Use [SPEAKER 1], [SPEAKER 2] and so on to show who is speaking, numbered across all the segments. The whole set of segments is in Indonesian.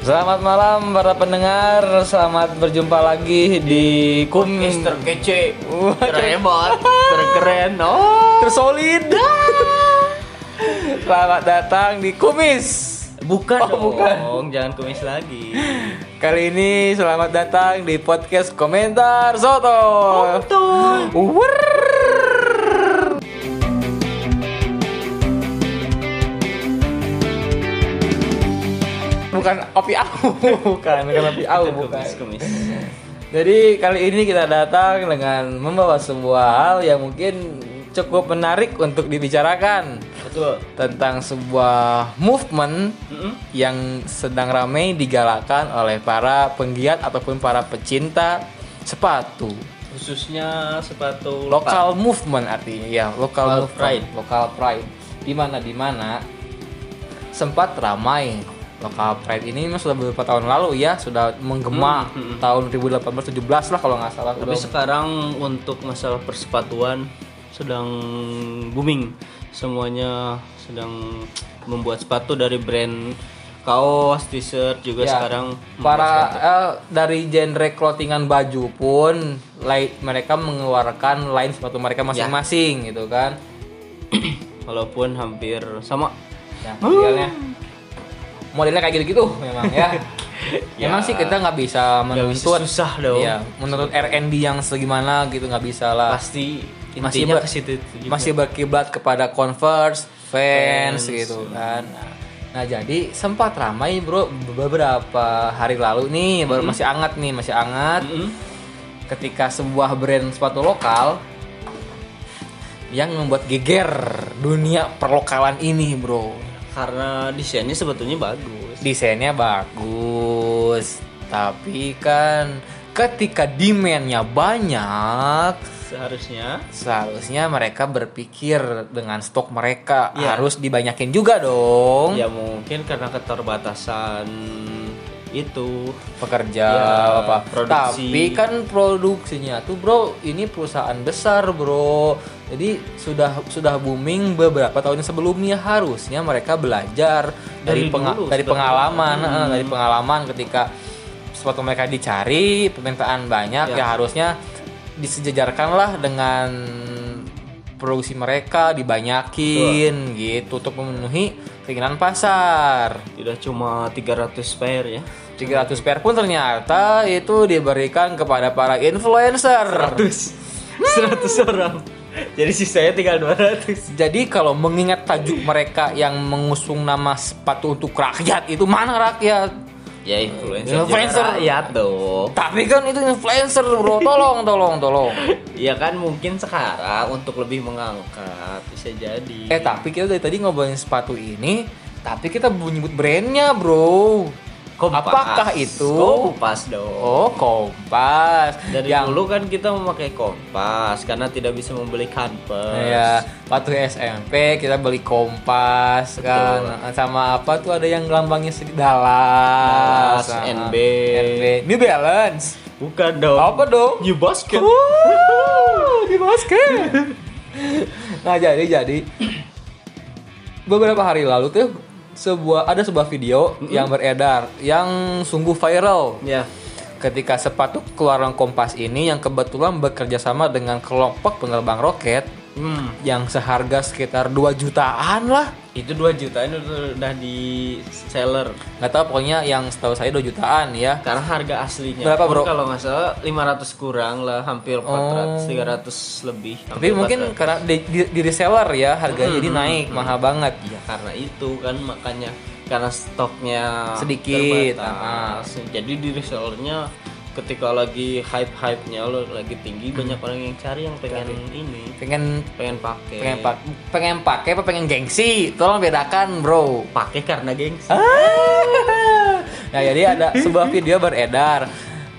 [SPEAKER 1] Selamat malam para pendengar, selamat berjumpa lagi di Kum
[SPEAKER 2] Podcast terkece,
[SPEAKER 1] Wah,
[SPEAKER 2] terhebat, terkeren, oh.
[SPEAKER 1] Tersolid. selamat datang di Kumis.
[SPEAKER 2] Bukan
[SPEAKER 1] Oh,
[SPEAKER 2] dong,
[SPEAKER 1] bukan.
[SPEAKER 2] jangan kumis lagi.
[SPEAKER 1] Kali ini selamat datang di podcast komentar Soto. Wurr. Bukan opi aku, bukan, bukan opi aku, bukan.
[SPEAKER 2] Kumis, kumis.
[SPEAKER 1] Jadi kali ini kita datang dengan membawa sebuah hal yang mungkin cukup menarik untuk dibicarakan
[SPEAKER 2] Betul.
[SPEAKER 1] tentang sebuah movement
[SPEAKER 2] Mm-mm.
[SPEAKER 1] yang sedang ramai digalakan oleh para penggiat ataupun para pecinta sepatu.
[SPEAKER 2] Khususnya sepatu
[SPEAKER 1] Lokal movement artinya ya,
[SPEAKER 2] Local
[SPEAKER 1] lokal movement,
[SPEAKER 2] pride.
[SPEAKER 1] lokal pride. Di mana di mana sempat ramai lokal pride ini memang sudah beberapa tahun lalu ya, sudah menggema
[SPEAKER 2] Hmm, hmm, hmm.
[SPEAKER 1] tahun 2018 lah kalau nggak salah.
[SPEAKER 2] Tapi
[SPEAKER 1] Udah-
[SPEAKER 2] sekarang untuk masalah persepatuan sedang booming. Semuanya sedang membuat sepatu dari brand kaos, t-shirt juga
[SPEAKER 1] Ya,
[SPEAKER 2] sekarang
[SPEAKER 1] para eh, dari genre clothingan baju pun lai- mereka mengeluarkan line sepatu
[SPEAKER 2] Ya.
[SPEAKER 1] mereka masing-masing gitu kan
[SPEAKER 2] walaupun hampir sama.
[SPEAKER 1] ya modelnya modelnya kayak gitu-gitu memang ya memang sih kita nggak bisa
[SPEAKER 2] Nggak Iya. bisa,
[SPEAKER 1] menuntut
[SPEAKER 2] susah dong.
[SPEAKER 1] ya menuntut R&D yang segimana gitu nggak bisa lah
[SPEAKER 2] Pasti
[SPEAKER 1] Masih
[SPEAKER 2] intinya
[SPEAKER 1] ber-
[SPEAKER 2] ke situ juga.
[SPEAKER 1] masih berkiblat kepada Converse, Vans
[SPEAKER 2] gitu. Vans,
[SPEAKER 1] gitu kan. Nah, Nah, jadi sempat ramai bro beberapa hari lalu nih baru
[SPEAKER 2] Hmm.
[SPEAKER 1] masih hangat nih masih hangat
[SPEAKER 2] Mm-mm.
[SPEAKER 1] ketika sebuah brand sepatu lokal yang membuat geger dunia perlokalan ini bro.
[SPEAKER 2] karena desainnya sebetulnya bagus.
[SPEAKER 1] Desainnya bagus, tapi kan ketika demandnya banyak
[SPEAKER 2] Seharusnya
[SPEAKER 1] seharusnya mereka berpikir dengan stok mereka
[SPEAKER 2] Iya.
[SPEAKER 1] harus dibanyakin juga dong
[SPEAKER 2] ya mungkin karena keterbatasan itu
[SPEAKER 1] pekerja
[SPEAKER 2] Iya,
[SPEAKER 1] apa
[SPEAKER 2] produksi.
[SPEAKER 1] tapi kan produksinya tuh bro ini perusahaan besar bro jadi sudah sudah booming beberapa tahun sebelumnya harusnya mereka belajar dari
[SPEAKER 2] Dari
[SPEAKER 1] penga-
[SPEAKER 2] dulu,
[SPEAKER 1] dari
[SPEAKER 2] sudah
[SPEAKER 1] pengalaman
[SPEAKER 2] dulu.
[SPEAKER 1] eh, dari pengalaman ketika sepatu mereka dicari permintaan banyak
[SPEAKER 2] Iya.
[SPEAKER 1] ya harusnya disejajarkanlah dengan produksi mereka dibanyakin gitu untuk memenuhi keinginan pasar.
[SPEAKER 2] tidak cuma 300 pair ya.
[SPEAKER 1] 300 pair pun ternyata itu diberikan kepada para influencer.
[SPEAKER 2] 100 orang. Jadi sisanya tinggal 200.
[SPEAKER 1] Jadi kalau mengingat tajuk mereka yang mengusung nama sepatu untuk rakyat itu mana rakyat?
[SPEAKER 2] Ya influencer.
[SPEAKER 1] Influencer.
[SPEAKER 2] ya dong.
[SPEAKER 1] Tapi kan itu influencer bro, tolong tolong tolong.
[SPEAKER 2] Ya kan mungkin sekarang untuk lebih mengangkat bisa jadi.
[SPEAKER 1] Eh tapi kita dari tadi ngobrolin sepatu ini, tapi kita belum nyebut brandnya bro.
[SPEAKER 2] Kompas.
[SPEAKER 1] Apakah itu?
[SPEAKER 2] Kompas dong.
[SPEAKER 1] Oh kompas.
[SPEAKER 2] Dari dulu kan kita memakai kompas karena tidak bisa membeli kanvas.
[SPEAKER 1] Ya, waktu SMP kita beli kompas kan sama apa tuh ada yang lambangnya sedikit Dallas,
[SPEAKER 2] Dallas,
[SPEAKER 1] ah,
[SPEAKER 2] NB.
[SPEAKER 1] NB, New Balance.
[SPEAKER 2] Bukan dong.
[SPEAKER 1] Apa dong?
[SPEAKER 2] Oh. New basket.
[SPEAKER 1] Wuh, di basket. nah, jadi jadi beberapa hari lalu tuh sebuah ada sebuah video yang beredar yang sungguh viral
[SPEAKER 2] Ya.
[SPEAKER 1] ketika sepatu keluaran kompas ini yang kebetulan bekerja sama dengan kelompok penerbang roket
[SPEAKER 2] Hmm.
[SPEAKER 1] yang seharga sekitar 2 jutaan lah
[SPEAKER 2] Itu 2 juta itu udah di seller
[SPEAKER 1] nggak tahu pokoknya yang setahu saya 2 jutaan ya
[SPEAKER 2] karena harga aslinya.
[SPEAKER 1] Berapa, bro?
[SPEAKER 2] Pun Kalau nggak salah 500 kurang lah, hampir 400, 300 lebih.
[SPEAKER 1] tapi
[SPEAKER 2] hampir
[SPEAKER 1] mungkin
[SPEAKER 2] 400.
[SPEAKER 1] karena di, di, di reseller ya harganya jadi naik mahal banget
[SPEAKER 2] ya karena itu kan makanya karena stoknya
[SPEAKER 1] Sedikit,
[SPEAKER 2] terbatas. Jadi di resellernya ketika lagi hype-hype-nya lo lagi tinggi banyak orang yang Hmm. cari yang pengen ini,
[SPEAKER 1] pengen
[SPEAKER 2] pengen pakai.
[SPEAKER 1] pengen pak pengen pakai apa pengen gengsi tolong bedakan bro
[SPEAKER 2] pakai karena gengs.
[SPEAKER 1] nah jadi ada sebuah video beredar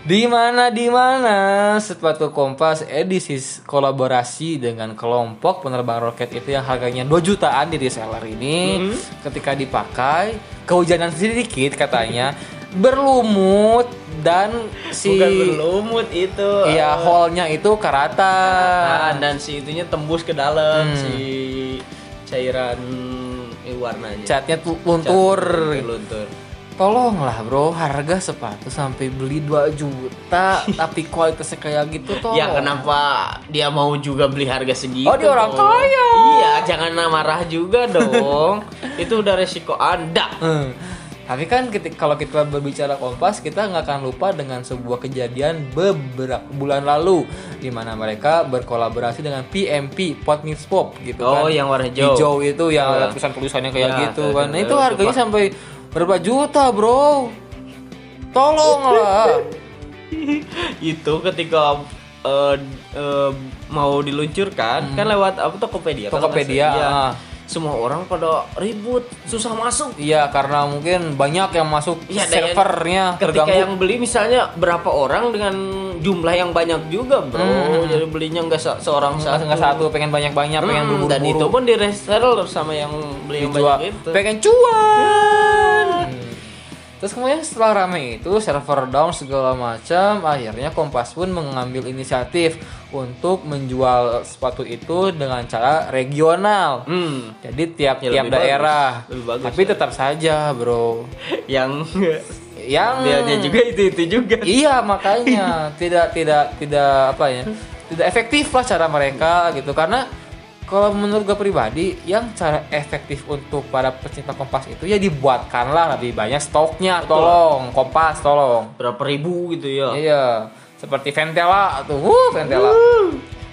[SPEAKER 1] di mana di mana sepatu kompas edisi kolaborasi dengan kelompok penerbang roket itu yang harganya 2 jutaan di reseller ini
[SPEAKER 2] Mm-hmm.
[SPEAKER 1] ketika dipakai kehujanan sedikit katanya berlumut dan si
[SPEAKER 2] Bukan berlumut itu.
[SPEAKER 1] iya hallnya itu karatan
[SPEAKER 2] Nah, dan si itunya tembus ke dalam si cairan eh, warnanya.
[SPEAKER 1] catnya tu- luntur
[SPEAKER 2] Luntur.
[SPEAKER 1] Tolonglah bro, harga sepatu sampai beli 2 juta tapi kualitasnya kayak gitu tolong.
[SPEAKER 2] Ya kenapa dia mau juga beli harga segitu?
[SPEAKER 1] Oh, dia orang
[SPEAKER 2] dong?
[SPEAKER 1] kaya.
[SPEAKER 2] Iya, jangan marah juga dong. Itu udah resiko Anda.
[SPEAKER 1] Hmm. Tapi kan ketika kalau kita berbicara Kompas, kita nggak akan lupa dengan sebuah kejadian beberapa bulan lalu di mana mereka berkolaborasi dengan PMP Pot Meets Pop gitu kan.
[SPEAKER 2] Oh, yang warna hijau.
[SPEAKER 1] Hijau itu yang
[SPEAKER 2] Ya.
[SPEAKER 1] ada tulisan-tulisannya kayak
[SPEAKER 2] Ya,
[SPEAKER 1] gitu
[SPEAKER 2] tuh,
[SPEAKER 1] kan. Nah,
[SPEAKER 2] tuh,
[SPEAKER 1] itu
[SPEAKER 2] tuh,
[SPEAKER 1] harganya
[SPEAKER 2] Pak.
[SPEAKER 1] sampai berapa juta, Bro? Tolonglah.
[SPEAKER 2] Itu ketika eh, eh, mau diluncurkan kan lewat apa Tokopedia. kalau nggak
[SPEAKER 1] Hmm. Tokopedia,
[SPEAKER 2] salah. Iya.
[SPEAKER 1] ah.
[SPEAKER 2] Semua orang pada ribut, susah masuk.
[SPEAKER 1] Iya, karena mungkin banyak yang masuk
[SPEAKER 2] Iya, dan yang-
[SPEAKER 1] servernya
[SPEAKER 2] Ketika
[SPEAKER 1] terganggu.
[SPEAKER 2] yang beli misalnya berapa orang dengan jumlah yang banyak juga, Bro. Jadi belinya nggak se- seorang satu.
[SPEAKER 1] Hmm. Nggak satu pengen banyak-banyak, pengen
[SPEAKER 2] Hmm,
[SPEAKER 1] buru-buru.
[SPEAKER 2] dan itu pun di reseller sama yang beli yang
[SPEAKER 1] dijual
[SPEAKER 2] banyak gitu. itu.
[SPEAKER 1] pengen cuan Hmm. terus kemudian setelah rame itu server down segala macam akhirnya Kompas pun mengambil inisiatif untuk menjual sepatu itu dengan cara regional
[SPEAKER 2] Hmm.
[SPEAKER 1] jadi tiap-tiap
[SPEAKER 2] Ya, lebih bagus.
[SPEAKER 1] daerah
[SPEAKER 2] Lebih bagus, ya.
[SPEAKER 1] tapi tetap saja bro
[SPEAKER 2] yang Hmm.
[SPEAKER 1] yang
[SPEAKER 2] dianya juga itu itu juga.
[SPEAKER 1] iya makanya tidak tidak tidak apa ya tidak efektif lah cara mereka gitu karena kalau menurut gue pribadi yang cara efektif untuk para pecinta kompas itu ya dibuatkanlah lebih banyak stoknya tolong kompas tolong
[SPEAKER 2] Berapa ribu gitu ya.
[SPEAKER 1] iya seperti ventela tuh wuh, ventela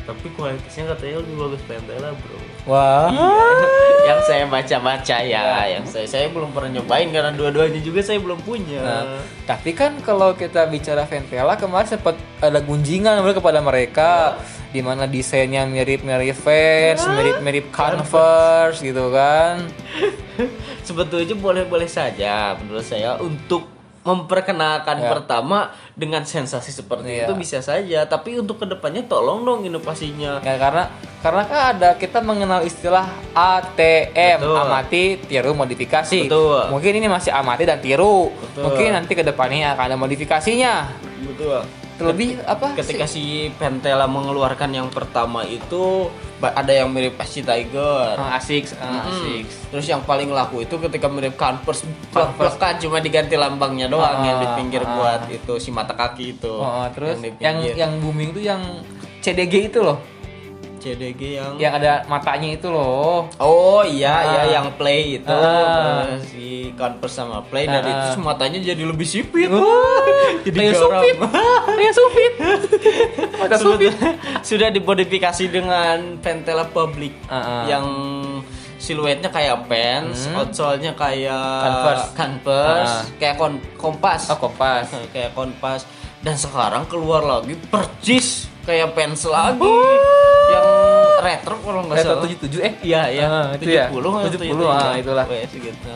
[SPEAKER 2] Tapi kualitasnya katanya lebih bagus Pentela, Bro.
[SPEAKER 1] wah
[SPEAKER 2] yang saya baca-baca ya, yang saya saya belum pernah nyobain karena dua-duanya juga saya belum punya.
[SPEAKER 1] Nah, tapi kan kalau kita bicara Ventela kemarin sempat ada gunjingan sebenarnya kepada mereka di mana desainnya mirip-mirip Vans, mirip-mirip Converse gitu kan.
[SPEAKER 2] Sebetulnya boleh-boleh saja menurut saya untuk memperkenalkan pertama dengan sensasi seperti
[SPEAKER 1] Iya.
[SPEAKER 2] itu bisa saja, tapi untuk kedepannya tolong dong inovasinya.
[SPEAKER 1] Ya, karena karena kan ada kita mengenal istilah ATM,
[SPEAKER 2] Betul.
[SPEAKER 1] amati, tiru, modifikasi.
[SPEAKER 2] Betul.
[SPEAKER 1] Mungkin ini masih amati dan tiru.
[SPEAKER 2] Betul.
[SPEAKER 1] Mungkin nanti kedepannya akan ada modifikasinya.
[SPEAKER 2] Betul.
[SPEAKER 1] Terlebih apa?
[SPEAKER 2] ketika si Pentela mengeluarkan yang pertama itu ba- ada yang mirip Pasti Tiger.
[SPEAKER 1] Ah, asik, ah,
[SPEAKER 2] Hmm.
[SPEAKER 1] asik.
[SPEAKER 2] Terus yang paling laku itu ketika mirip Converse
[SPEAKER 1] Converse.
[SPEAKER 2] plek-plekan cuma diganti lambangnya
[SPEAKER 1] Ah,
[SPEAKER 2] doang yang di pinggir
[SPEAKER 1] ah.
[SPEAKER 2] buat itu si mata kaki itu.
[SPEAKER 1] Oh, terus
[SPEAKER 2] di
[SPEAKER 1] yang
[SPEAKER 2] pinggir.
[SPEAKER 1] yang booming itu yang CDG itu loh.
[SPEAKER 2] CDG yang
[SPEAKER 1] yang ada matanya itu loh
[SPEAKER 2] Oh iya iya
[SPEAKER 1] Ah.
[SPEAKER 2] yang play itu
[SPEAKER 1] Ah.
[SPEAKER 2] Eh, si Converse sama play dan
[SPEAKER 1] Ah.
[SPEAKER 2] itu si matanya jadi lebih sipit.
[SPEAKER 1] Kayak
[SPEAKER 2] garam.
[SPEAKER 1] supit Kayak supit mata supit
[SPEAKER 2] sudah sudah dimodifikasi dengan pentela public
[SPEAKER 1] Ah, ah.
[SPEAKER 2] yang siluetnya kayak pants, outsole-nya kayak
[SPEAKER 1] Converse.
[SPEAKER 2] Converse,
[SPEAKER 1] Ah.
[SPEAKER 2] kayak kon- kompas,
[SPEAKER 1] oh kompas
[SPEAKER 2] kayak kompas. Dan sekarang keluar lagi percis kayak pants lagi yang retro kalau nggak
[SPEAKER 1] Level
[SPEAKER 2] salah.
[SPEAKER 1] tujuh tujuh eh
[SPEAKER 2] Iya, iya.
[SPEAKER 1] Ah, itu ya?
[SPEAKER 2] 70 atau
[SPEAKER 1] 70, ah, itulah.
[SPEAKER 2] Wes, gitu.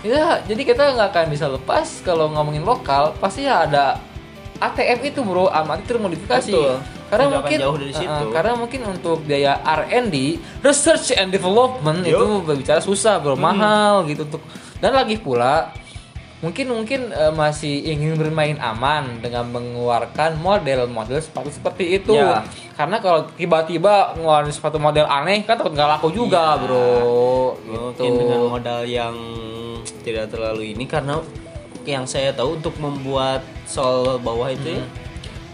[SPEAKER 1] ya jadi kita nggak akan bisa lepas kalau ngomongin lokal pasti ya ada ATM itu bro amati terus modifikasi
[SPEAKER 2] Betul.
[SPEAKER 1] karena
[SPEAKER 2] Tidak akan
[SPEAKER 1] mungkin
[SPEAKER 2] jauh dari
[SPEAKER 1] eh, eh,
[SPEAKER 2] situ.
[SPEAKER 1] karena mungkin untuk biaya R&D research and development
[SPEAKER 2] Yo.
[SPEAKER 1] itu berbicara susah bro
[SPEAKER 2] Hmm.
[SPEAKER 1] mahal gitu untuk dan lagi pula mungkin mungkin eh, masih ingin bermain aman dengan mengeluarkan model-model sepatu seperti itu
[SPEAKER 2] Ya.
[SPEAKER 1] karena kalau tiba-tiba ngeluarin sepatu model aneh kan takut nggak laku juga
[SPEAKER 2] Iya.
[SPEAKER 1] bro gitu
[SPEAKER 2] Mungkin dengan modal yang tidak terlalu ini karena yang saya tahu untuk membuat sol bawah itu
[SPEAKER 1] Hmm.
[SPEAKER 2] ya,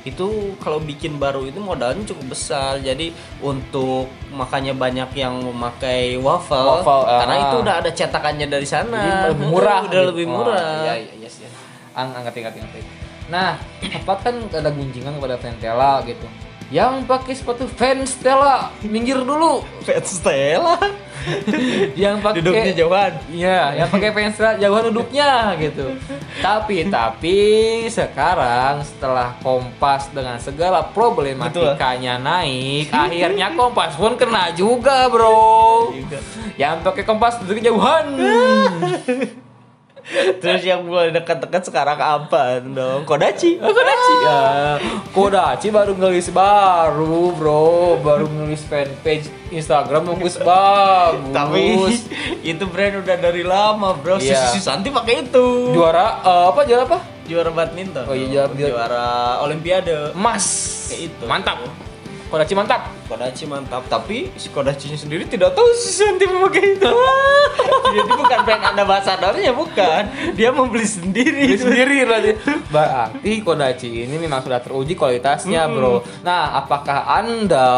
[SPEAKER 2] itu kalau bikin baru itu modalnya cukup besar. Jadi untuk makanya banyak yang memakai waffle,
[SPEAKER 1] Waffle, ah.
[SPEAKER 2] karena itu udah ada cetakannya dari sana.
[SPEAKER 1] Jadi lebih murah
[SPEAKER 2] udah
[SPEAKER 1] gitu.
[SPEAKER 2] lebih
[SPEAKER 1] Oh,
[SPEAKER 2] murah.
[SPEAKER 1] iya, iya, iya, iya. Ang angkat angkat angkat. Nah, apa kan ada gunjingan kepada Ventela gitu. Yang pakai sepatu Ventela minggir dulu.
[SPEAKER 2] Pet Stella
[SPEAKER 1] Yang pakai
[SPEAKER 2] duduknya jauhan.
[SPEAKER 1] Iya, yang pakai Ventela jauhan duduknya gitu. tapi tapi sekarang setelah Kompas dengan segala problematikanya naik, akhirnya Kompas pun kena juga, Bro.
[SPEAKER 2] Iya
[SPEAKER 1] Yang pakai Kompas duduknya
[SPEAKER 2] Ah.
[SPEAKER 1] jauhan.
[SPEAKER 2] Terus yang mulai dekat-dekat sekarang apa dong? Kodachi.
[SPEAKER 1] Kodachi. Ya, Kodachi baru ngelis baru, bro. Baru ngelis fanpage Instagram bagus bagus.
[SPEAKER 2] Tapi itu brand udah dari lama, Bro. Si-
[SPEAKER 1] Iya.
[SPEAKER 2] Si Santi pakai itu.
[SPEAKER 1] juara eh, apa juara apa?
[SPEAKER 2] Juara badminton.
[SPEAKER 1] Oh iya, juara-
[SPEAKER 2] juara olimpiade.
[SPEAKER 1] Emas.
[SPEAKER 2] Kayak itu.
[SPEAKER 1] Mantap. Kodachi mantap.
[SPEAKER 2] Kodachi mantap, tapi si Kodachinya sendiri tidak tahu si Santi memakai itu. Jadi bukan brand ambassadornya bukan. Dia membeli sendiri.
[SPEAKER 1] Beli sendiri berarti. Berarti Kodachi ini memang sudah teruji kualitasnya, Bro. Nah, apakah Anda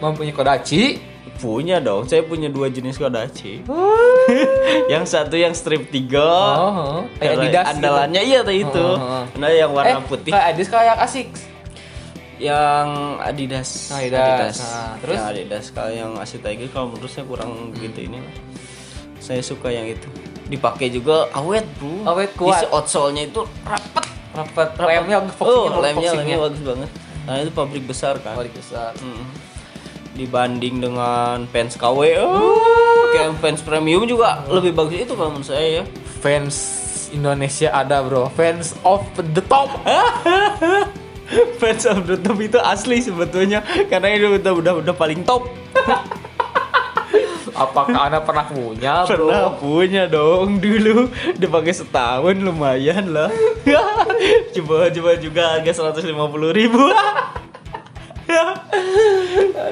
[SPEAKER 1] mempunyai Kodachi?
[SPEAKER 2] Punya dong, saya punya dua jenis Kodachi. yang satu yang strip 3.
[SPEAKER 1] Oh, kayak Adidas gitu.
[SPEAKER 2] andalannya iya tuh itu.
[SPEAKER 1] Oh, oh, oh.
[SPEAKER 2] Nah, yang warna
[SPEAKER 1] eh,
[SPEAKER 2] putih
[SPEAKER 1] Kayak Adidas kayak Asics.
[SPEAKER 2] yang Adidas.
[SPEAKER 1] Nah,
[SPEAKER 2] Ah,
[SPEAKER 1] Adidas. Nah, terus?
[SPEAKER 2] terus yang Adidas kalau yang Asitagi kalau menurut saya kurang gitu ini lah. Saya suka yang itu. Dipakai juga awet, Bro.
[SPEAKER 1] Awet, kuat.
[SPEAKER 2] Isi outsole-nya itu rapet.
[SPEAKER 1] Rapat lemnya
[SPEAKER 2] Oh,
[SPEAKER 1] foxingnya
[SPEAKER 2] lemnya
[SPEAKER 1] foxingnya.
[SPEAKER 2] lemnya bagus banget. Nah, itu pabrik besar kan.
[SPEAKER 1] Balik besar.
[SPEAKER 2] Mm. Dibanding dengan fans KW, oh, kayak fans premium juga lebih bagus itu kalau menurut saya ya.
[SPEAKER 1] Fans Indonesia ada, Bro. Fans of the top.
[SPEAKER 2] fans of the top itu asli sebetulnya karena ini udah udah, udah paling top.
[SPEAKER 1] Apakah Anda pernah punya, Bro?
[SPEAKER 2] Pernah punya dong dulu dipakai setahun lumayan lah. coba coba juga harga 150 ribu.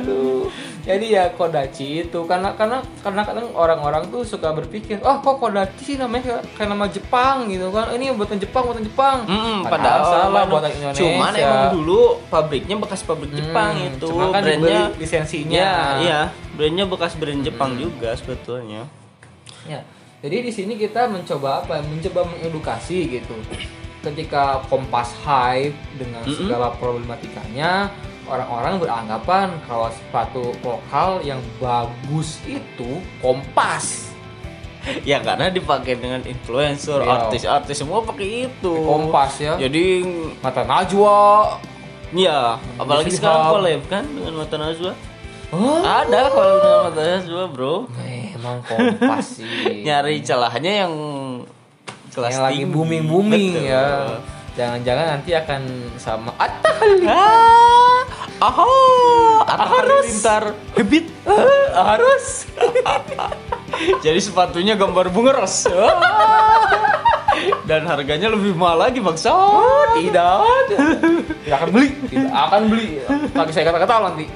[SPEAKER 1] Aduh. Jadi ya kodachi itu karena karena karena kadang orang-orang tuh suka berpikir, "Oh, kok kodachi sih namanya kayak, kayak nama Jepang gitu kan. Ini buatan Jepang, buatan Jepang."
[SPEAKER 2] Mm,
[SPEAKER 1] padahal salah buatan Indonesia.
[SPEAKER 2] Cuman emang dulu pabriknya bekas pabrik Jepang
[SPEAKER 1] Hmm,
[SPEAKER 2] itu.
[SPEAKER 1] cuma kan
[SPEAKER 2] brandnya
[SPEAKER 1] dibeli Ya. Mm. lisensinya.
[SPEAKER 2] Iya, iya, brandnya bekas brand Jepang juga sebetulnya.
[SPEAKER 1] Ya. Jadi di sini kita mencoba apa? Mencoba mengedukasi gitu. Ketika Kompas Hype dengan
[SPEAKER 2] Mm-mm.
[SPEAKER 1] segala problematikanya, orang-orang beranggapan kalau sepatu lokal yang bagus itu Kompas.
[SPEAKER 2] Ya karena dipakai dengan influencer,
[SPEAKER 1] Iya.
[SPEAKER 2] artis-artis semua pakai itu.
[SPEAKER 1] Kompas ya.
[SPEAKER 2] Jadi
[SPEAKER 1] Mata Najwa.
[SPEAKER 2] ya, apalagi
[SPEAKER 1] Jadi
[SPEAKER 2] sekarang
[SPEAKER 1] hub.
[SPEAKER 2] collab kan dengan Mata Najwa.
[SPEAKER 1] Hah?
[SPEAKER 2] Ada kalau dengan Mata Najwa, Bro.
[SPEAKER 1] Eh, Emang kompas sih.
[SPEAKER 2] Nyari celahnya yang kelas
[SPEAKER 1] yang lagi
[SPEAKER 2] tinggi.
[SPEAKER 1] booming booming
[SPEAKER 2] Betul.
[SPEAKER 1] ya. Jangan-jangan nanti akan sama Atta Halilintar.
[SPEAKER 2] Ah, aha,
[SPEAKER 1] Atta
[SPEAKER 2] harus. Ah,
[SPEAKER 1] Halilintar.
[SPEAKER 2] Gebit.
[SPEAKER 1] Harus.
[SPEAKER 2] Jadi sepatunya gambar bungeros. Ah. Dan harganya lebih mahal lagi bangsa. Oh,
[SPEAKER 1] Tidak. ada. Tidak akan beli. Tidak akan beli. Tapi saya kata-kata nanti.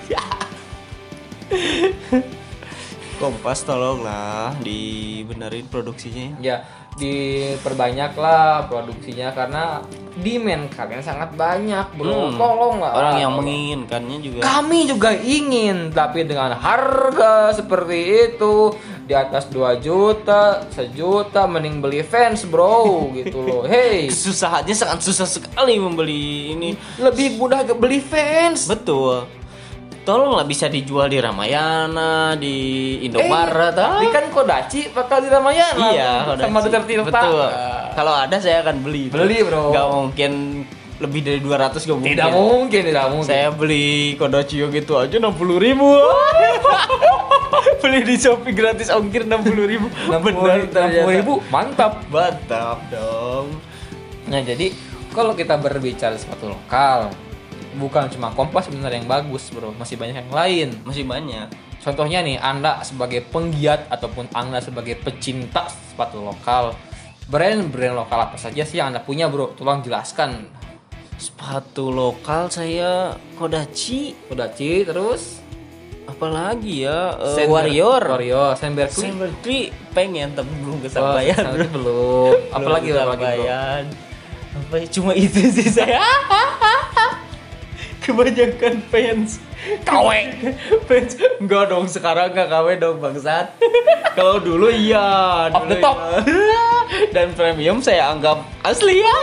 [SPEAKER 2] Kompas tolonglah dibenerin produksinya.
[SPEAKER 1] Ya diperbanyaklah produksinya karena demand kalian sangat banyak bro
[SPEAKER 2] Hmm.
[SPEAKER 1] tolong lah
[SPEAKER 2] Orang yang menginginkannya juga.
[SPEAKER 1] Kami juga ingin, tapi dengan harga seperti itu di atas 2 juta, sejuta mending beli fans, Bro, gitu loh. Hey,
[SPEAKER 2] Kesusahannya sangat susah sekali membeli ini.
[SPEAKER 1] lebih mudah ke beli fans.
[SPEAKER 2] Betul. Tolonglah bisa dijual di Ramayana, di Indomaret. ah.
[SPEAKER 1] Tapi kan Kodachi bakal di Ramayana.
[SPEAKER 2] Iya,
[SPEAKER 1] sama Ah.
[SPEAKER 2] udah
[SPEAKER 1] Duterte
[SPEAKER 2] sih. Betul. Kalau ada saya akan beli.
[SPEAKER 1] Beli, bro.
[SPEAKER 2] Gak mungkin lebih dari 200 gak mungkin.
[SPEAKER 1] Tidak mungkin, tidak mungkin.
[SPEAKER 2] Saya beli Kodacio gitu aja 60 ribu. beli di Shopee gratis ongkir 60 ribu.
[SPEAKER 1] 60 ribu, mantap.
[SPEAKER 2] Mantap dong.
[SPEAKER 1] Nah jadi kalau kita berbicara sepatu lokal, bukan cuma kompas sebenarnya yang bagus bro, masih banyak yang lain.
[SPEAKER 2] Masih banyak.
[SPEAKER 1] Contohnya nih, Anda sebagai penggiat ataupun Anda sebagai pecinta sepatu lokal, brand-brand lokal apa saja sih yang Anda punya, Bro? Tolong jelaskan.
[SPEAKER 2] Sepatu lokal saya Kodachi.
[SPEAKER 1] Kodachi terus
[SPEAKER 2] Apalagi ya eh,
[SPEAKER 1] Senber-
[SPEAKER 2] Warrior.
[SPEAKER 1] Warrior, Senber
[SPEAKER 2] Saya
[SPEAKER 1] Kui.
[SPEAKER 2] berarti pengen tapi
[SPEAKER 1] Oh,
[SPEAKER 2] belum kesampaian.
[SPEAKER 1] Senber Kui belum. Apalagi
[SPEAKER 2] Belum
[SPEAKER 1] apalagi, Bro?
[SPEAKER 2] kesampaian. Apa ya? cuma itu sih saya. Kebanyakan fans. KW. fans. Enggak dong, sekarang enggak KW dong bangsat. Kalau dulu iya,
[SPEAKER 1] Off
[SPEAKER 2] dulu
[SPEAKER 1] the top.
[SPEAKER 2] iya. Dan premium saya anggap asli ya.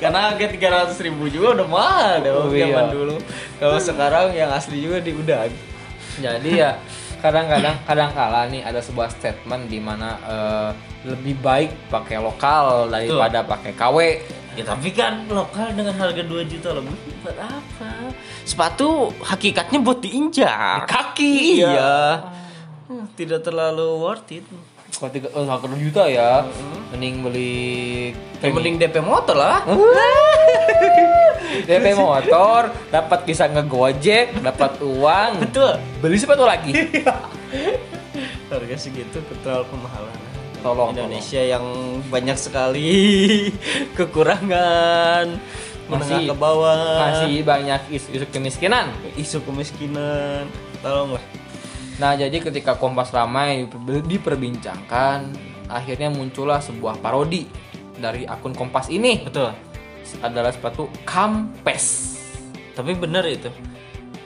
[SPEAKER 2] Karena harga 300 ribu juga udah mahal dong
[SPEAKER 1] Oh, iya.
[SPEAKER 2] zaman dulu. Kalau sekarang yang asli juga diundang.
[SPEAKER 1] Jadi ya kadang-kadang kadang-kala nih ada sebuah statement di mana eh, lebih baik pakai lokal daripada pakai KW.
[SPEAKER 2] Ya tapi kan lokal dengan harga 2 juta lebih buat apa? Sepatu hakikatnya buat diinjak. Kaki. Iya. Hmm, Tidak terlalu worth it.
[SPEAKER 1] Kalau tiga, oh, satu juta ya, mending beli
[SPEAKER 2] Ya, mending DP motor lah.
[SPEAKER 1] DP motor, dapat bisa ngegojek, dapat uang,
[SPEAKER 2] Betul.
[SPEAKER 1] beli sepatu lagi.
[SPEAKER 2] Harga segitu terlalu kemahalan.
[SPEAKER 1] Tolong,
[SPEAKER 2] Indonesia yang banyak sekali kekurangan menengah
[SPEAKER 1] Masih-
[SPEAKER 2] ke bawah
[SPEAKER 1] Masih banyak isu, isu kemiskinan.
[SPEAKER 2] isu kemiskinan tolonglah
[SPEAKER 1] Nah, jadi ketika Kompas ramai diper- diperbincangkan, akhirnya muncullah sebuah parodi dari akun Kompas ini
[SPEAKER 2] betul
[SPEAKER 1] adalah sepatu Kampes.
[SPEAKER 2] tapi bener itu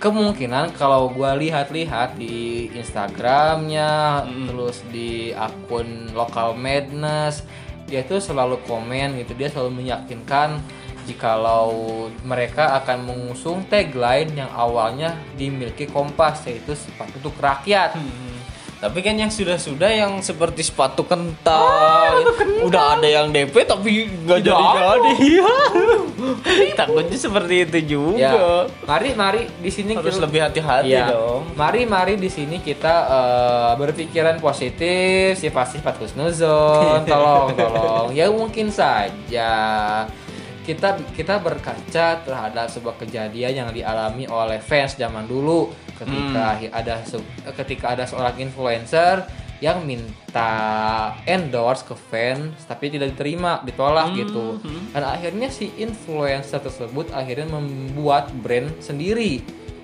[SPEAKER 1] Kemungkinan kalau gua lihat-lihat di Instagramnya, terus di akun Local Madness, dia tuh selalu komen gitu, dia selalu meyakinkan jikalau mereka akan mengusung tagline yang awalnya dimiliki Kompas yaitu sepatu untuk rakyat.
[SPEAKER 2] Hmm. tapi kan yang sudah-sudah yang seperti sepatu Ah, kental, ya. udah ada yang DP tapi nggak
[SPEAKER 1] Tidak
[SPEAKER 2] jadi-jadi Iya. takutnya seperti itu juga Ya.
[SPEAKER 1] Ya, mari mari di sini
[SPEAKER 2] harus
[SPEAKER 1] kita-
[SPEAKER 2] lebih hati-hati
[SPEAKER 1] Iya.
[SPEAKER 2] dong
[SPEAKER 1] Mari mari di sini kita eh, berpikiran positif, sifat-sifat husnuzon, tolong tolong. Ya mungkin saja kita kita berkaca terhadap sebuah kejadian yang dialami oleh fans zaman dulu ketika ada se- ketika ada seorang influencer yang minta endorse ke fans tapi tidak diterima, ditolak gitu. Dan akhirnya si influencer tersebut akhirnya membuat brand sendiri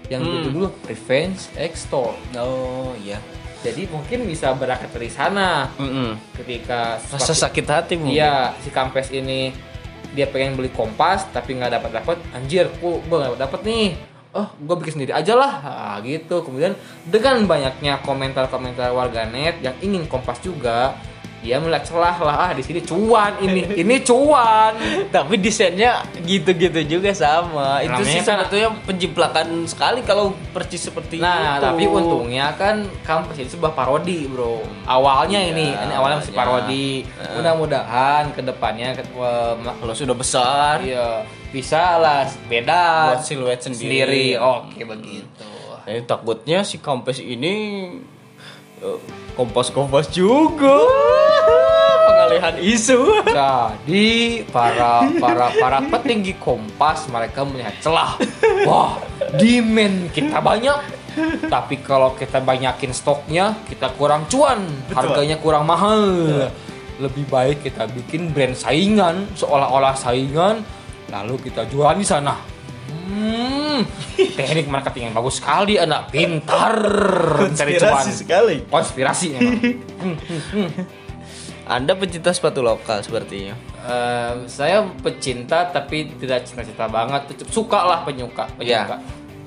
[SPEAKER 1] yang
[SPEAKER 2] Hmm.
[SPEAKER 1] dulu revenge extort.
[SPEAKER 2] oh iya
[SPEAKER 1] Jadi mungkin bisa berangkat dari sana ketika
[SPEAKER 2] rasa
[SPEAKER 1] sepatu-
[SPEAKER 2] sakit hati mungkin
[SPEAKER 1] Iya, si Kampes ini dia pengen beli kompas tapi nggak dapat dapat anjir ku gue nggak dapat nih oh gue bikin sendiri aja lah Ah, gitu kemudian dengan banyaknya komentar-komentar warganet yang ingin kompas juga dia melihat celah lah ah di sini cuan ini ini cuan
[SPEAKER 2] tapi desainnya gitu-gitu juga sama itu
[SPEAKER 1] Namanya
[SPEAKER 2] sih
[SPEAKER 1] kan-
[SPEAKER 2] sebetulnya penjiplakan sekali kalau persis seperti
[SPEAKER 1] Nah,
[SPEAKER 2] itu.
[SPEAKER 1] tapi untungnya kan kampus ini sebuah parodi, Bro. Awalnya ini, ini awalnya masih
[SPEAKER 2] Iya, awalnya.
[SPEAKER 1] parodi. Mudah-mudahan kedepannya ke- eh, ma-
[SPEAKER 2] kalau sudah besar
[SPEAKER 1] iya, bisa lah beda
[SPEAKER 2] Buat siluet
[SPEAKER 1] sendiri.
[SPEAKER 2] sendiri.
[SPEAKER 1] Oke, begitu.
[SPEAKER 2] Eh, takutnya si kampes ini eh, kompas-kompas juga pengalihan isu.
[SPEAKER 1] Jadi para para para petinggi Kompas mereka melihat celah. Wah, demand kita banyak. Tapi kalau kita banyakin stoknya, kita kurang cuan. Harganya kurang mahal. Lebih baik kita bikin brand saingan, seolah-olah saingan, lalu kita jual di sana. Hmm, teknik marketing yang bagus sekali, anak pintar mencari cuan.
[SPEAKER 2] Konspirasi sekali.
[SPEAKER 1] Konspirasi emang.
[SPEAKER 2] Anda pecinta sepatu lokal sepertinya.
[SPEAKER 1] Ehm, saya pecinta tapi tidak cinta-cinta banget suka lah penyuka penyuka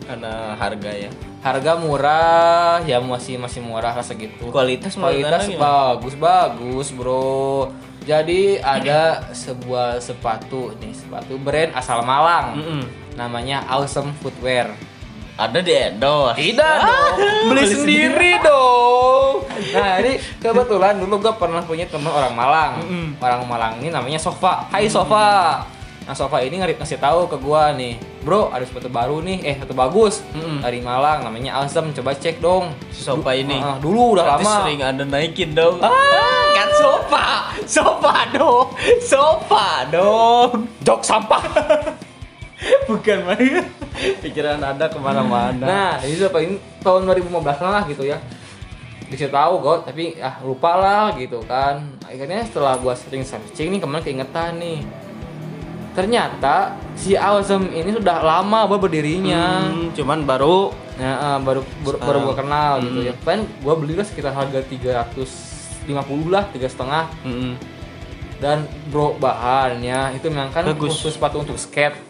[SPEAKER 2] Karena harga ya.
[SPEAKER 1] harga murah ya masih masih murah lah segitu
[SPEAKER 2] Kualitas menurut
[SPEAKER 1] kualitas
[SPEAKER 2] Anda gimana?
[SPEAKER 1] bagus bagus bro jadi ada sebuah sepatu nih sepatu brand asal Malang
[SPEAKER 2] Mm-mm.
[SPEAKER 1] namanya Awesome Footwear
[SPEAKER 2] Ada di Ah, endorse.
[SPEAKER 1] tidak dong, beli sendiri dong. Nah ini kebetulan dulu gue pernah punya teman orang Malang. Orang Malang ini namanya Sofa. Hai Sofa. Nah Sofa ini ngasih ngasih tahu ke gue nih, bro ada sepatu baru nih, eh sepatu bagus
[SPEAKER 2] Mm-mm.
[SPEAKER 1] dari Malang, namanya Awesome. Coba cek dong.
[SPEAKER 2] Si sopa ini.
[SPEAKER 1] Ah, dulu udah
[SPEAKER 2] Berarti
[SPEAKER 1] lama.
[SPEAKER 2] sering Anda naikin dong. Kan sofa. Sofa dong. Sofa dong.
[SPEAKER 1] Jok sampah.
[SPEAKER 2] Bukan main. Pikiran Anda kemana-mana.
[SPEAKER 1] Nah, jadi siapa ini tahun 2015 lah gitu ya. Dikasih tahu gue, tapi ah lupa lah gitu kan. Akhirnya setelah gua sering searching nih kemarin keingetan nih. Ternyata si Awesome ini sudah lama gua berdirinya.
[SPEAKER 2] Hmm, cuman baru
[SPEAKER 1] Nah, eh, baru baru, baru gua kenal gitu ya. Kan gua beli lah sekitar harga 350 lah, tiga setengah
[SPEAKER 2] Mm-mm.
[SPEAKER 1] dan bro bahannya itu memang kan
[SPEAKER 2] Bagus.
[SPEAKER 1] khusus sepatu untuk skate.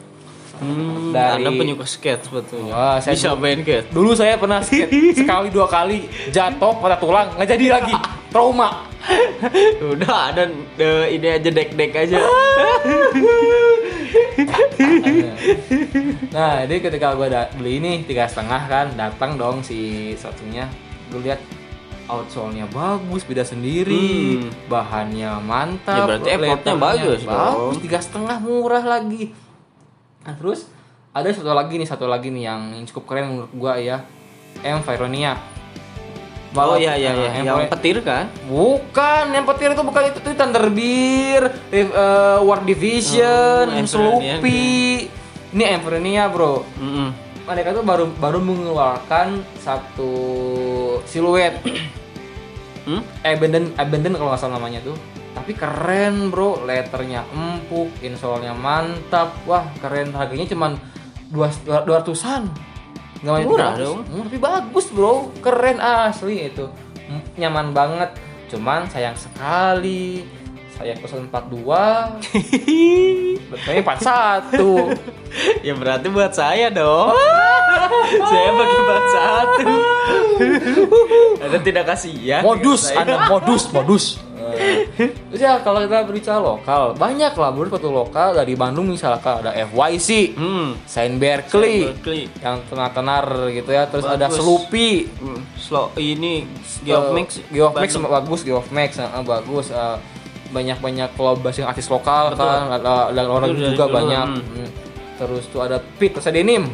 [SPEAKER 2] Hmm,
[SPEAKER 1] Dari-
[SPEAKER 2] Anda penyuka skate sebetulnya.
[SPEAKER 1] Wah, saya
[SPEAKER 2] Bisa main skate.
[SPEAKER 1] Dulu saya pernah skate sekali dua kali jatuh patah tulang nggak jadi lagi trauma.
[SPEAKER 2] Udah ada eh, ini aja dek-dek aja.
[SPEAKER 1] Nah jadi ketika gue beli ini tiga setengah kan datang dong si satunya gue lihat outsole-nya bagus beda sendiri
[SPEAKER 2] Hmm.
[SPEAKER 1] bahannya mantap
[SPEAKER 2] Ya, berarti effortnya
[SPEAKER 1] letternya
[SPEAKER 2] bagus
[SPEAKER 1] bagus
[SPEAKER 2] dong.
[SPEAKER 1] tiga setengah murah lagi nah terus ada satu lagi nih satu lagi nih yang cukup keren menurut gue ya M Vironia Nah,
[SPEAKER 2] oh iya iya iya, yang
[SPEAKER 1] Environia-
[SPEAKER 2] petir kan?
[SPEAKER 1] Bukan, yang petir itu bukan itu tuh Thunderbird, Riv- eh, War Division,
[SPEAKER 2] Oh,
[SPEAKER 1] Sloopy. Ini Empernia, Bro.
[SPEAKER 2] Mm-mm.
[SPEAKER 1] Mereka tuh baru baru mengeluarkan satu siluet
[SPEAKER 2] Hmm?
[SPEAKER 1] Abandon Abandon kalau nggak salah namanya tuh. tapi keren bro letternya empuk insolnya mantap wah keren harganya cuman dua dua ratusan nggak banyak
[SPEAKER 2] Murah
[SPEAKER 1] 300.
[SPEAKER 2] dong.
[SPEAKER 1] Hmm, tapi bagus bro keren asli itu Hmm, nyaman banget cuman sayang sekali saya pesan 42 tapi 41
[SPEAKER 2] ya berarti buat saya dong. saya pakai buat satu. Anda tidak kasihan.
[SPEAKER 1] modus
[SPEAKER 2] dengan saya.
[SPEAKER 1] anda modus modus Nah, iya. terus ya kalau kita berita lokal banyak lah bro sepatu lokal dari Bandung misalkan ada FYC
[SPEAKER 2] Hmm.
[SPEAKER 1] Saint Berkeley
[SPEAKER 2] Berkeley.
[SPEAKER 1] yang tenar-tenar gitu ya terus ada
[SPEAKER 2] Bagus.
[SPEAKER 1] Sloopy
[SPEAKER 2] Hmm, Slow ini Geofmix
[SPEAKER 1] Eh, Geofmix
[SPEAKER 2] Bandung.
[SPEAKER 1] bagus Geofmix eh, bagus eh, banyak-banyak kolaborasi dengan artis lokal
[SPEAKER 2] Betul.
[SPEAKER 1] kan ada, ada orang
[SPEAKER 2] Betul, dari
[SPEAKER 1] juga
[SPEAKER 2] dulu,
[SPEAKER 1] banyak
[SPEAKER 2] hmm.
[SPEAKER 1] Hmm. terus tuh ada Pit terus ada Denim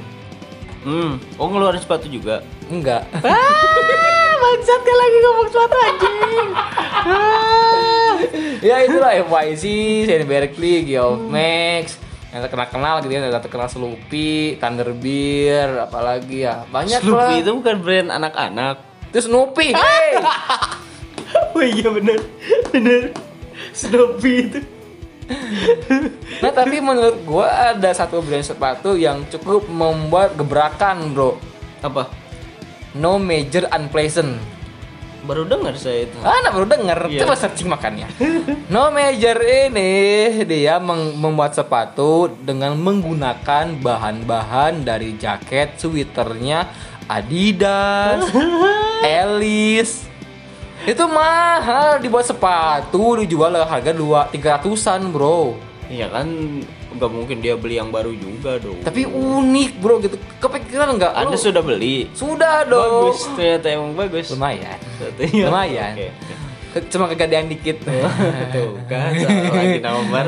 [SPEAKER 2] Hmm. Oh ngeluarin sepatu juga.
[SPEAKER 1] enggak
[SPEAKER 2] Bangsat kan lagi ngomong sepatu anjing. Ah.
[SPEAKER 1] ya itulah FYC, Shane Berkeley, Geoff Max yang terkenal-kenal gitu kan, ada terkenal Sloopy, Thunderbeer, apalagi ya banyak
[SPEAKER 2] Sloopy
[SPEAKER 1] lah.
[SPEAKER 2] itu bukan brand anak-anak.
[SPEAKER 1] Terus Snoopy, hey!
[SPEAKER 2] Oh iya bener bener Snoopy itu.
[SPEAKER 1] nah tapi menurut gua ada satu brand sepatu yang cukup membuat gebrakan bro,
[SPEAKER 2] Apa?
[SPEAKER 1] No Major Unpleasant.
[SPEAKER 2] Baru dengar saya itu.
[SPEAKER 1] Ah, Anak baru denger,
[SPEAKER 2] Iya.
[SPEAKER 1] coba searching makannya. No Major ini dia meng- membuat sepatu dengan menggunakan bahan-bahan dari jaket, sweaternya Adidas, Elis. Itu mahal dibuat sepatu dijual dengan harga dua tiga ratusan bro.
[SPEAKER 2] Iya kan nggak mungkin dia beli yang baru juga dong.
[SPEAKER 1] Tapi unik bro gitu. Kepikiran nggak?
[SPEAKER 2] Anda
[SPEAKER 1] Lu-
[SPEAKER 2] sudah beli.
[SPEAKER 1] sudah dong.
[SPEAKER 2] Bagus ternyata emang bagus.
[SPEAKER 1] Lumayan.
[SPEAKER 2] Satunya.
[SPEAKER 1] Lumayan.
[SPEAKER 2] Oke. Eh.
[SPEAKER 1] Ke- Cuma kegadean dikit.
[SPEAKER 2] Tuh kan salah lagi nomor.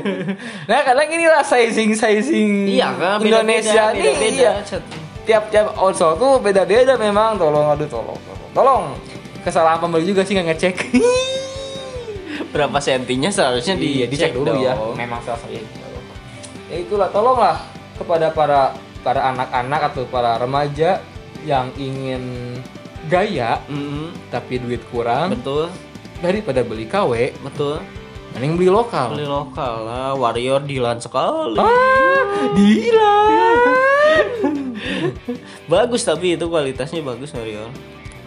[SPEAKER 1] nah kadang inilah sizing sizing
[SPEAKER 2] Iya kan beda-beda,
[SPEAKER 1] Indonesia nih
[SPEAKER 2] beda-beda.
[SPEAKER 1] iya
[SPEAKER 2] Satu.
[SPEAKER 1] tiap tiap outsole tuh beda beda memang tolong aduh tolong tolong tolong kesalahan pembeli juga sih nggak ngecek
[SPEAKER 2] Berapa sentinya seharusnya
[SPEAKER 1] Iya,
[SPEAKER 2] dicek, dong.
[SPEAKER 1] memang salah saya Iya. ya itulah tolonglah kepada para para anak-anak atau para remaja yang ingin gaya
[SPEAKER 2] Mm-mm.
[SPEAKER 1] tapi duit kurang
[SPEAKER 2] Betul,
[SPEAKER 1] daripada beli KW
[SPEAKER 2] betul.
[SPEAKER 1] mending beli lokal
[SPEAKER 2] Beli lokal lah, warrior dilan sekali.
[SPEAKER 1] ah gila
[SPEAKER 2] Bagus tapi itu kualitasnya bagus warrior.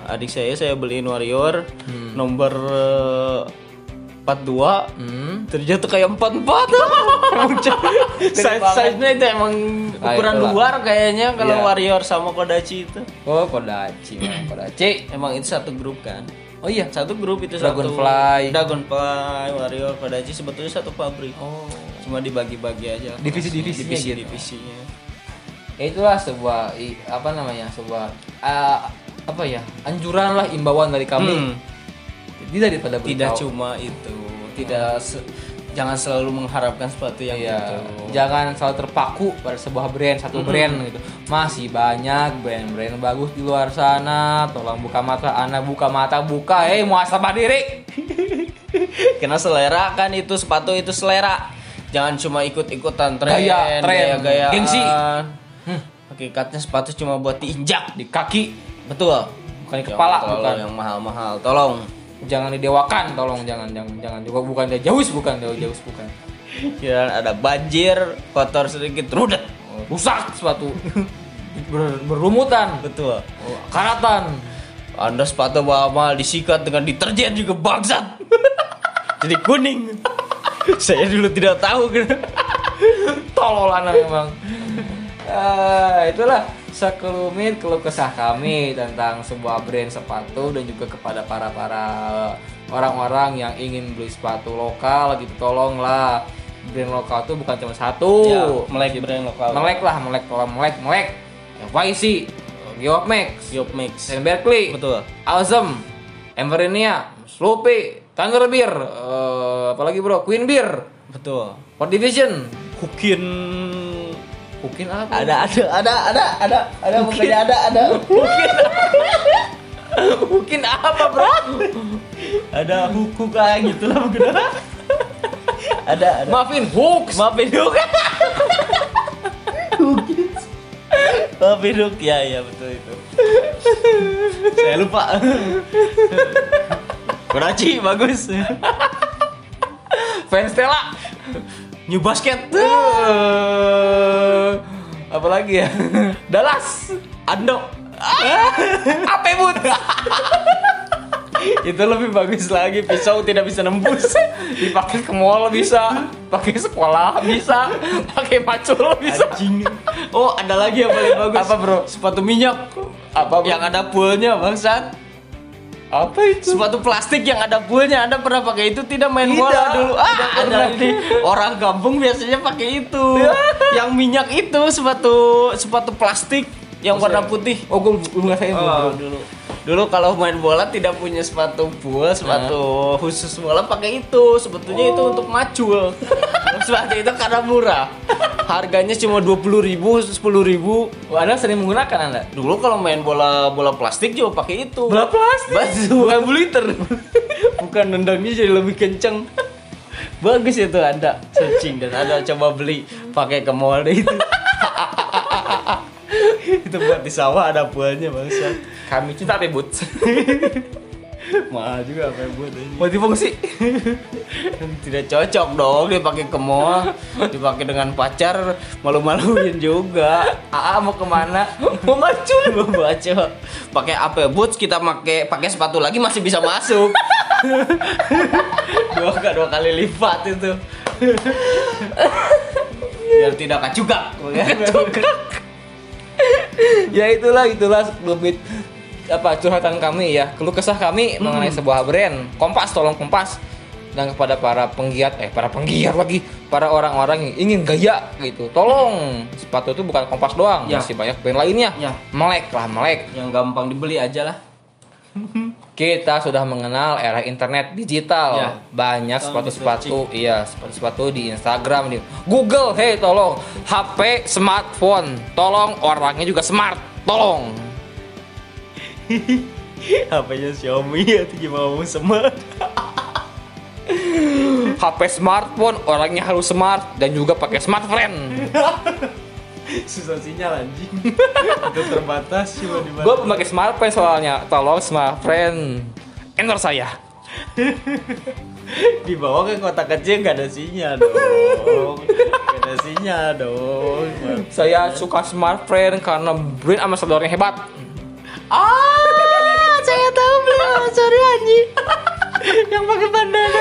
[SPEAKER 2] Adik saya saya beliin warrior nomor eh, 42
[SPEAKER 1] hmm.
[SPEAKER 2] ternyata kayak empat empat size size nya itu emang
[SPEAKER 1] Ah,
[SPEAKER 2] ukuran
[SPEAKER 1] itulah.
[SPEAKER 2] luar kayaknya kalau
[SPEAKER 1] Iya.
[SPEAKER 2] warrior sama kodachi itu
[SPEAKER 1] oh kodaci memang kodaci
[SPEAKER 2] emang itu satu grup kan
[SPEAKER 1] oh iya
[SPEAKER 2] satu grup itu
[SPEAKER 1] Dragonfly.
[SPEAKER 2] satu dragonfly warrior kodachi sebetulnya satu pabrik
[SPEAKER 1] Oh.
[SPEAKER 2] cuma dibagi-bagi aja
[SPEAKER 1] Divisi-divisinya
[SPEAKER 2] divisi Iya,
[SPEAKER 1] gitu.
[SPEAKER 2] divisinya
[SPEAKER 1] Ya itulah sebuah i- apa namanya? sebuah ah, apa ya? anjuran lah imbauan dari kami. Jadi daripada beli
[SPEAKER 2] Hmm. tidak
[SPEAKER 1] tahu.
[SPEAKER 2] cuma itu tidak se- jangan selalu mengharapkan sepatu yang gitu.
[SPEAKER 1] Iya.
[SPEAKER 2] itu
[SPEAKER 1] Jangan selalu terpaku pada sebuah brand, satu
[SPEAKER 2] Hmm.
[SPEAKER 1] brand gitu. Masih banyak brand-brand bagus di luar sana. Tolong buka mata, Anda buka mata, buka. Hei, muhasabah diri.
[SPEAKER 2] Karena selera kan itu sepatu itu selera. Jangan cuma ikut-ikutan tren,
[SPEAKER 1] Gaya, tren,
[SPEAKER 2] gaya-gayaan. Hmm,
[SPEAKER 1] gengsi.
[SPEAKER 2] Hakikatnya sepatu cuma buat diinjak.
[SPEAKER 1] Di kaki
[SPEAKER 2] Betul.
[SPEAKER 1] Bukan di kepala,
[SPEAKER 2] tolong
[SPEAKER 1] bukan.
[SPEAKER 2] yang mahal-mahal. Tolong.
[SPEAKER 1] jangan didewakan, tolong jangan jangan jangan juga bukan dia jauh, bukan dia jauh, bukan.
[SPEAKER 2] Jangan Ya, ada banjir, kotor sedikit, rudet.
[SPEAKER 1] Rusak sepatu. Ber- berlumutan,
[SPEAKER 2] Betul.
[SPEAKER 1] karatan.
[SPEAKER 2] Anda sepatu bawa mahal disikat dengan deterjen juga bangsat. Jadi kuning. Saya dulu tidak tahu
[SPEAKER 1] tololan memang. Eh, itulah sekelumit keluh kesah kami tentang sebuah brand sepatu dan juga kepada para para orang-orang yang ingin beli sepatu lokal gitu tolonglah brand lokal tuh bukan cuma satu
[SPEAKER 2] Ya, melek brand lokal.
[SPEAKER 1] Oh. Iya, melek lah melek tolong melek melek YC Geomax
[SPEAKER 2] Yop Mix.
[SPEAKER 1] Sam Berkeley
[SPEAKER 2] Betul.
[SPEAKER 1] Awesome Emberinia Sloopy Thunderbeer eh, apalagi bro Queen Beer
[SPEAKER 2] Betul.
[SPEAKER 1] Hot Division
[SPEAKER 2] Hukin
[SPEAKER 1] mungkin apa
[SPEAKER 2] ada ada ada ada ada ada mukanya ada ada mungkin
[SPEAKER 1] Mungkin apa bro?
[SPEAKER 2] ada huku kayak gitu lah mungkin ada ada ada
[SPEAKER 1] Maafin hoax.
[SPEAKER 2] maafin dok maafin dok ya ya betul itu saya lupa Kuraci bagus
[SPEAKER 1] fans Stella
[SPEAKER 2] New Basket
[SPEAKER 1] Eh, apalagi ya Dallas
[SPEAKER 2] Ando
[SPEAKER 1] apa bud
[SPEAKER 2] itu lebih bagus lagi pisau tidak bisa nembus
[SPEAKER 1] dipakai ke mall bisa pakai sekolah bisa pakai macul bisa
[SPEAKER 2] anjing oh ada lagi yang paling bagus
[SPEAKER 1] Apa, bro?
[SPEAKER 2] sepatu minyak
[SPEAKER 1] Apa, bro?
[SPEAKER 2] yang ada poolnya bangsat
[SPEAKER 1] apa itu
[SPEAKER 2] sepatu plastik yang ada poolnya anda pernah pakai itu tidak main
[SPEAKER 1] Tidak,
[SPEAKER 2] bola dulu ah
[SPEAKER 1] tidak
[SPEAKER 2] ada
[SPEAKER 1] pernah. Iya.
[SPEAKER 2] di orang kampung biasanya pakai itu yang minyak itu sepatu sepatu plastik yang warna putih
[SPEAKER 1] oh gue belum ngasain
[SPEAKER 2] Oh, dulu dulu kalau main bola tidak punya sepatu pool, sepatu khusus bola pakai itu. Sebetulnya itu untuk macul. Sepatu itu karena murah. Harganya cuma 20.000, 10.000.
[SPEAKER 1] Wah, Anda sering menggunakan Anda?
[SPEAKER 2] Dulu kalau main bola bola plastik juga pakai itu.
[SPEAKER 1] Bola plastik?
[SPEAKER 2] Bukan buliter. Bukan nendangnya jadi lebih kenceng. Bagus itu Anda searching dan Anda coba beli pakai ke mall deh itu. itu buat di sawah ada buahnya bangsa.
[SPEAKER 1] Kami cinta ribut.
[SPEAKER 2] Mahal juga apa yang buat ini.
[SPEAKER 1] Multifungsi.
[SPEAKER 2] Tidak cocok dong dipakai ke mall, dipakai dengan pacar malu-maluin juga.
[SPEAKER 1] AA mau kemana?
[SPEAKER 2] Mau macul, mau baca. Pakai apa ya? boots kita pakai pakai sepatu lagi masih bisa masuk. dua, dua kali lipat itu. Biar tidak kacugak.
[SPEAKER 1] ya itulah itulah lebih apa curhatan kami ya keluh kesah kami
[SPEAKER 2] Hmm.
[SPEAKER 1] mengenai sebuah brand kompas tolong kompas dan kepada para penggiat eh para penggiat lagi para orang-orang yang ingin gaya gitu tolong sepatu itu bukan kompas doang
[SPEAKER 2] Ya.
[SPEAKER 1] masih banyak brand lainnya
[SPEAKER 2] Ya.
[SPEAKER 1] melek lah melek
[SPEAKER 2] Yang gampang dibeli aja lah.
[SPEAKER 1] kita sudah mengenal era internet digital
[SPEAKER 2] Ya.
[SPEAKER 1] banyak
[SPEAKER 2] Tolong
[SPEAKER 1] sepatu-sepatu iya sepatu-sepatu di Instagram di Google hei tolong HP smartphone tolong orangnya juga smart tolong
[SPEAKER 2] HP-nya Xiaomi atau gimana mau semua.
[SPEAKER 1] HP smartphone orangnya harus smart dan juga pakai smartphone.
[SPEAKER 2] Susah sinyal anjing. Itu terbatas cuma di
[SPEAKER 1] Gue pemakai smartphone soalnya. Tolong smartphone endorse saya.
[SPEAKER 2] dibawa ke kota kan kecil gak ada sinyal dong gak ada sinyal dong
[SPEAKER 1] Saya suka smartphone karena brand ambassadornya hebat.
[SPEAKER 2] ah saya tahu belum sorry anjing yang pakai bandana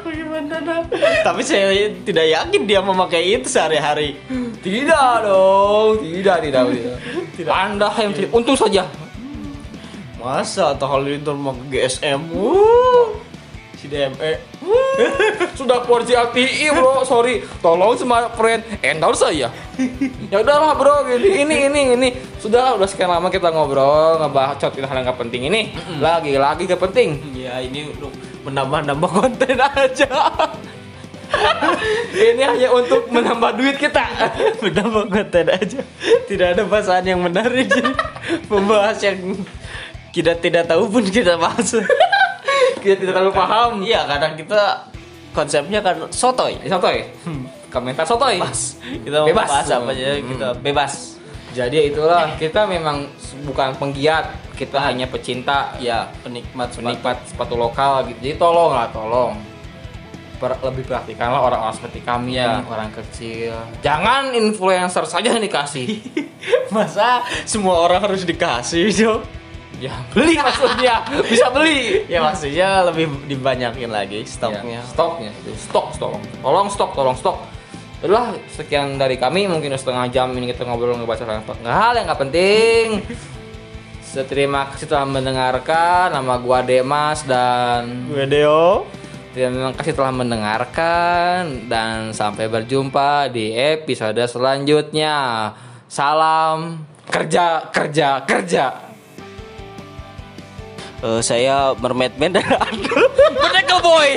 [SPEAKER 2] pakai bandana tapi saya tidak yakin dia memakai itu sehari-hari
[SPEAKER 1] Tidak dong, tidak tidak. tidak. Anda yang tidak untung saja.
[SPEAKER 2] masa atau Halilintar memakai GSM Wuh. si E. DME
[SPEAKER 1] Sudah 4G LTE E, bro, sorry. Tolong smartphone endorse saya. Ya udahlah bro, gini ini ini ini. Sudah udah sekian lama kita ngobrol ngebahas cotin hal yang gak penting ini. Lagi-lagi gak penting.
[SPEAKER 2] ya ini untuk menambah-nambah konten aja
[SPEAKER 1] Ini hanya untuk menambah duit kita.
[SPEAKER 2] Menambah konten aja Tidak ada bahasan yang menarik Jadi membahas yang Kita tidak tahu pun kita bahas
[SPEAKER 1] Kita tidak terlalu paham.
[SPEAKER 2] Iya karena kita Konsepnya kan sotoy
[SPEAKER 1] Eh, Sotoy. Komentar sotoy.
[SPEAKER 2] Bebas Kita mau
[SPEAKER 1] Bebas.
[SPEAKER 2] bahas apa aja
[SPEAKER 1] Hmm.
[SPEAKER 2] Kita bebas
[SPEAKER 1] Jadi itulah kita memang bukan penggiat, kita hanya pecinta,
[SPEAKER 2] Ya penikmat penikmat
[SPEAKER 1] penikmat sepatu lokal gitu. Jadi tolonglah, tolong. Per- lebih perhatikanlah orang-orang seperti kami
[SPEAKER 2] Ya.
[SPEAKER 1] orang kecil. Jangan influencer saja yang dikasih.
[SPEAKER 2] Masa semua orang harus dikasih Jo?
[SPEAKER 1] ya, beli maksudnya. Bisa beli.
[SPEAKER 2] Ya maksudnya lebih dibanyakin
[SPEAKER 1] Ya,
[SPEAKER 2] lagi stoknya
[SPEAKER 1] stoknya stok tolong tolong stok tolong stok itulah sekian dari kami mungkin udah setengah jam ini kita ngobrol ngebahas hal yang nggak hal yang nggak penting Terima kasih telah mendengarkan nama gua Demas dan
[SPEAKER 2] Gue Deo
[SPEAKER 1] terima kasih telah mendengarkan dan sampai berjumpa di episode selanjutnya. Salam kerja kerja kerja.
[SPEAKER 2] Eh, Saya Mermaid Man dan Ando.
[SPEAKER 1] Mereka boy.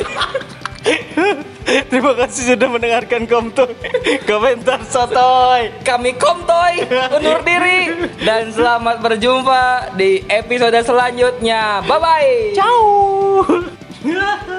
[SPEAKER 2] Terima kasih sudah mendengarkan komtor Komentar sotoy
[SPEAKER 1] Kami Komtoy undur diri dan selamat berjumpa di episode selanjutnya. Bye bye.
[SPEAKER 2] Ciao.